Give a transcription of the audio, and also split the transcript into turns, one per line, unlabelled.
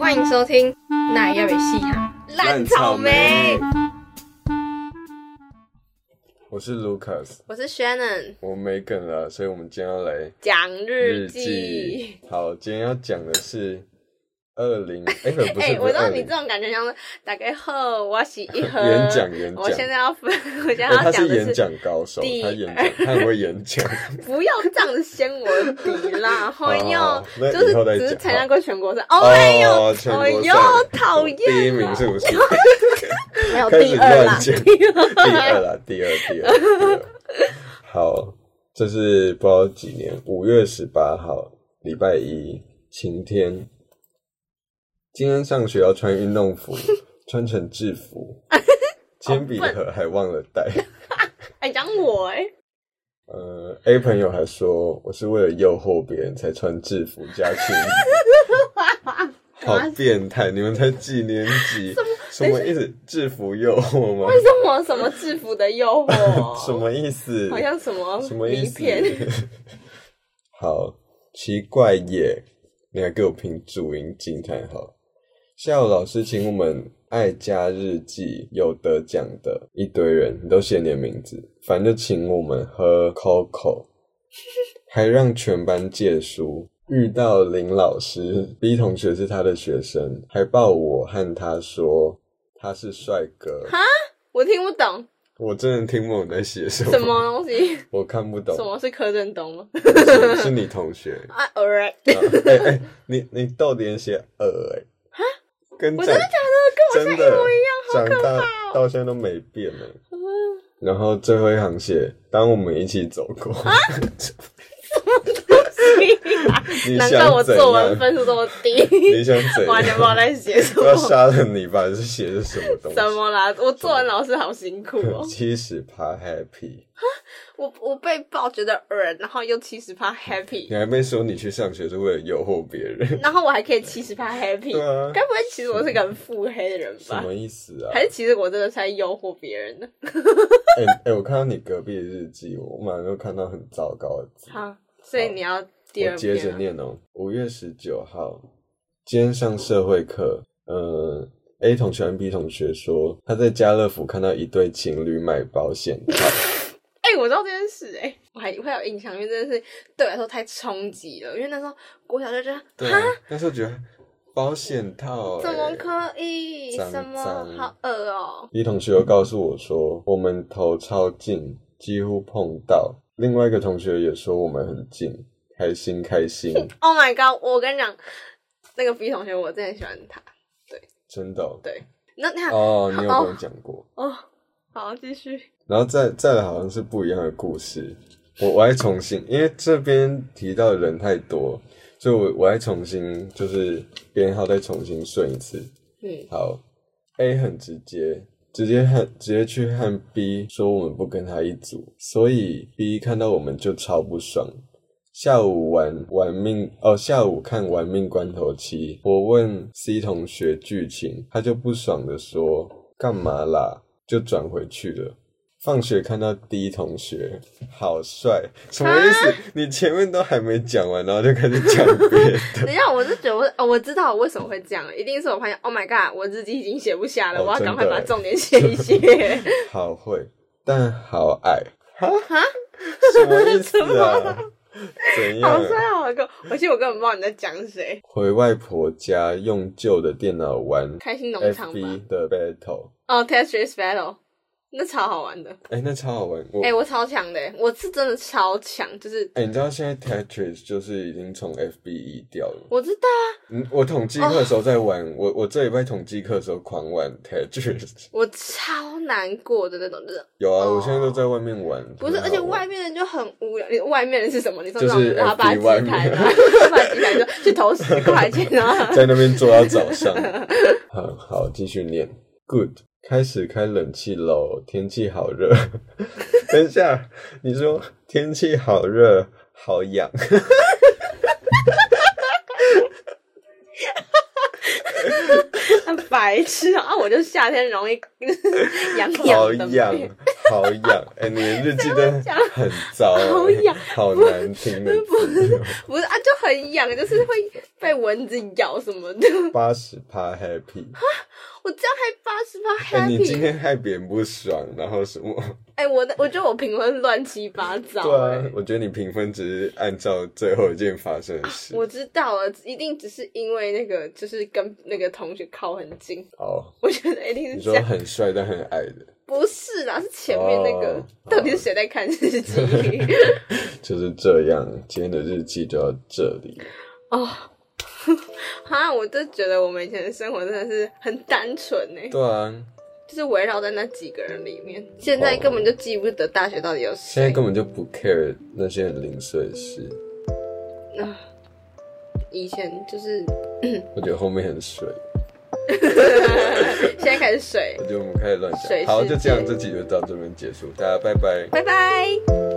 欢迎收听《那要被戏哈烂草莓》，，
我是 Lucas，
我是 Shannon，
我没梗了，所以我们今天要来
讲日记。
记。好，今天要讲的是二 零，哎，不是不
哎、
是
我知道
二
你
零
这，种感觉像是大概好，我是一盒。
演讲演讲，
我现在要分， 我现在要
哎他
讲
是
的
演
是，
讲高手，
第
他演讲，他很会演讲。
不要这样子掀我的鼻 啦！
好
哎
好
呦
好，那
就是
以后再
只是
讲
参加过全国赛，哦哎呦，
哦全国
哎呦
赛
讨厌
第一名是 不是？
没有
开始
第二啦
乱， 讲，第二 啦，第二，第二，第二。好，这是不知道几年，五月十八号，礼拜一，晴天。今天上学要穿运动服，穿成制 服，铅笔盒还忘了带。
哎讲我哎、
呃，A 朋友还说我是为了诱惑别人才穿制服加裙子， 好变态！你们才几年级？啊什么意思？制服诱惑吗？
为什么什么制服的诱惑？
什么意思？
好像什么
什么意
哦名
思
片？？
好奇怪耶！你还给我拼注音惊叹号。下午老师请我们《爱家日记》有得奖的一堆人，你都写你的名字，反正就请我们喝 Coco，还让全班借书。遇到林老师，B 同学是他的学生，还抱我和他说他是帅哥。
我听不懂
我真的听不懂你在写什么，
什么东西，
我看不懂
什。么是柯震东吗？
是是你同学。
啊，all right，
哎哎、哎你你逗点写呃哎、跟
我
长
真的假的？跟我现在一模一样。
真的长
哦
大到现在都没变呢、
嗯
然后最后一行写，当我们一起走过，
啊
你
难
想
怪我
怎
作文
样？
分数这么低，
你想怎
完全不知道
样？
在写什
我要
么。
杀了你吧？是写的什么东
什
西？！
么啦？我作文老师好辛苦哦
七十趴 happy，
我我被爆觉得耳，然后又七十趴
你
happy，
还没说你去上学是为了诱惑 别人，
然后我还可以七十趴 happy，
对啊
该不会其实我是个很腹黑的人
什
吧？
么意思啊？
还是其实我真的是在诱惑别人呢？
哎、哎、我看到你隔壁的日记，我马上就看到很糟糕的字。
好，所以你要第
我
二
接
遍
着
啊。
念哦，五月十九号，今天上社会课，呃，A 同学和 B 同学说他在家乐福看到一对情侣买保险套，
哎、我知道这件事、哎，我还会有印象，因为真的是对我来说太冲击了。因为那时候国小就觉得，
对啊
哈，，
那时候觉得保险套、欸，
怎么可以？
脏
什么
脏
好恶哦、
B 同学又告诉我说，我们头超近，几乎碰到。另外一个同学也说我们很近，开心开 心，
o h，Oh my god！我跟你讲，那个 B 同学，我真的喜欢他。
真的哦、
对，那那、
哦，你有跟我讲过。
哦，好，继续。
然后再再来好像是不一样的故事，我我还重新，因为这边提到的人太多，所以我我还重新就是编号再重新顺一次。
嗯，
好，A 很直接，直接和直接去和 B 说我们不跟他一组，所以 B 看到我们就超不爽。下午玩玩命哦，下午看《玩命关头七》，我问 C 同学剧情，他就不爽的说干嘛啦，就转回去了。放学看到 D 同学，好帅，什么意思？你前面都还没讲完，然后就开始讲别的。
等一下，我是觉得我哦，我知道我为什么会这样了，一定是我发现，Oh my god，我日记已经写不下了，
哦
我要赶快
真的
把
欸
重点写一 写。
好会，但好矮。什么意思啊？怎样
好？帅，好哥，我其实我根本不知道你在讲谁，
回外婆家用旧的电脑玩
开心农场吧。
FB 的 battle，
哦，Tetris Battle，那超好玩的。
哎、那超好玩。我
哎、
哎、
我超强的，我是真的超强，就是
你知道现在 Tetris 就是已经从 FB 移掉了。
我知道啊，
嗯，我统计课的时候在玩，
哦
我我这礼拜统计课的时候狂玩 Tetris。
我超难过的那种，就是
有啊，
哦
我现在都在外面玩。
不是，
很好
而
玩
且外面人就很无聊。你外面人是什么？你说
就
那
是
种挖吧
FB
机
外
台
面！
吗？挖吧机台就去投十块钱啊
在那边坐到早上。 好好，继续念。Good，开始开冷气喽，天气好热。 等一下，你说天气好热，好痒。
白痴啊！我就夏天容易痒
好
痒的。
痒，啊好 痒！哎、你的日记真的
讲
很糟、哎
好痒，
好难听的字。
不是啊，就很痒，就是会被蚊子咬什么的。
八十趴 happy，
我这样还八十
哎、
八
你今
happy，
天害别人不爽，然后什么？
哎、我的我觉得我评论乱七八糟、
对
哎
啊，我觉得你评分只是按照最后一件发生的事。
我知道了，一定只是因为那个，就是跟那个同学靠很近，
好，
我觉得一定
你
是这
说
样。
很帅但很矮的，
不是啦，是前面那个，
哦
到底是谁在看日记？
就是这样。今天的日记就到这里。
哦，哈，我就觉得我们以前的生活真的是很单纯呢，
对啊，
就是围绕在那几个人里面，现在根本就记不得大学到底有
现在
谁。
根本就不 care 那些零碎的事，
啊以前就是，
我觉得后面很水，
现在开始水
我，觉得我们开始乱
水
讲。好，
世
就这样，
界
这集就到这边结束，大家拜拜。
拜拜。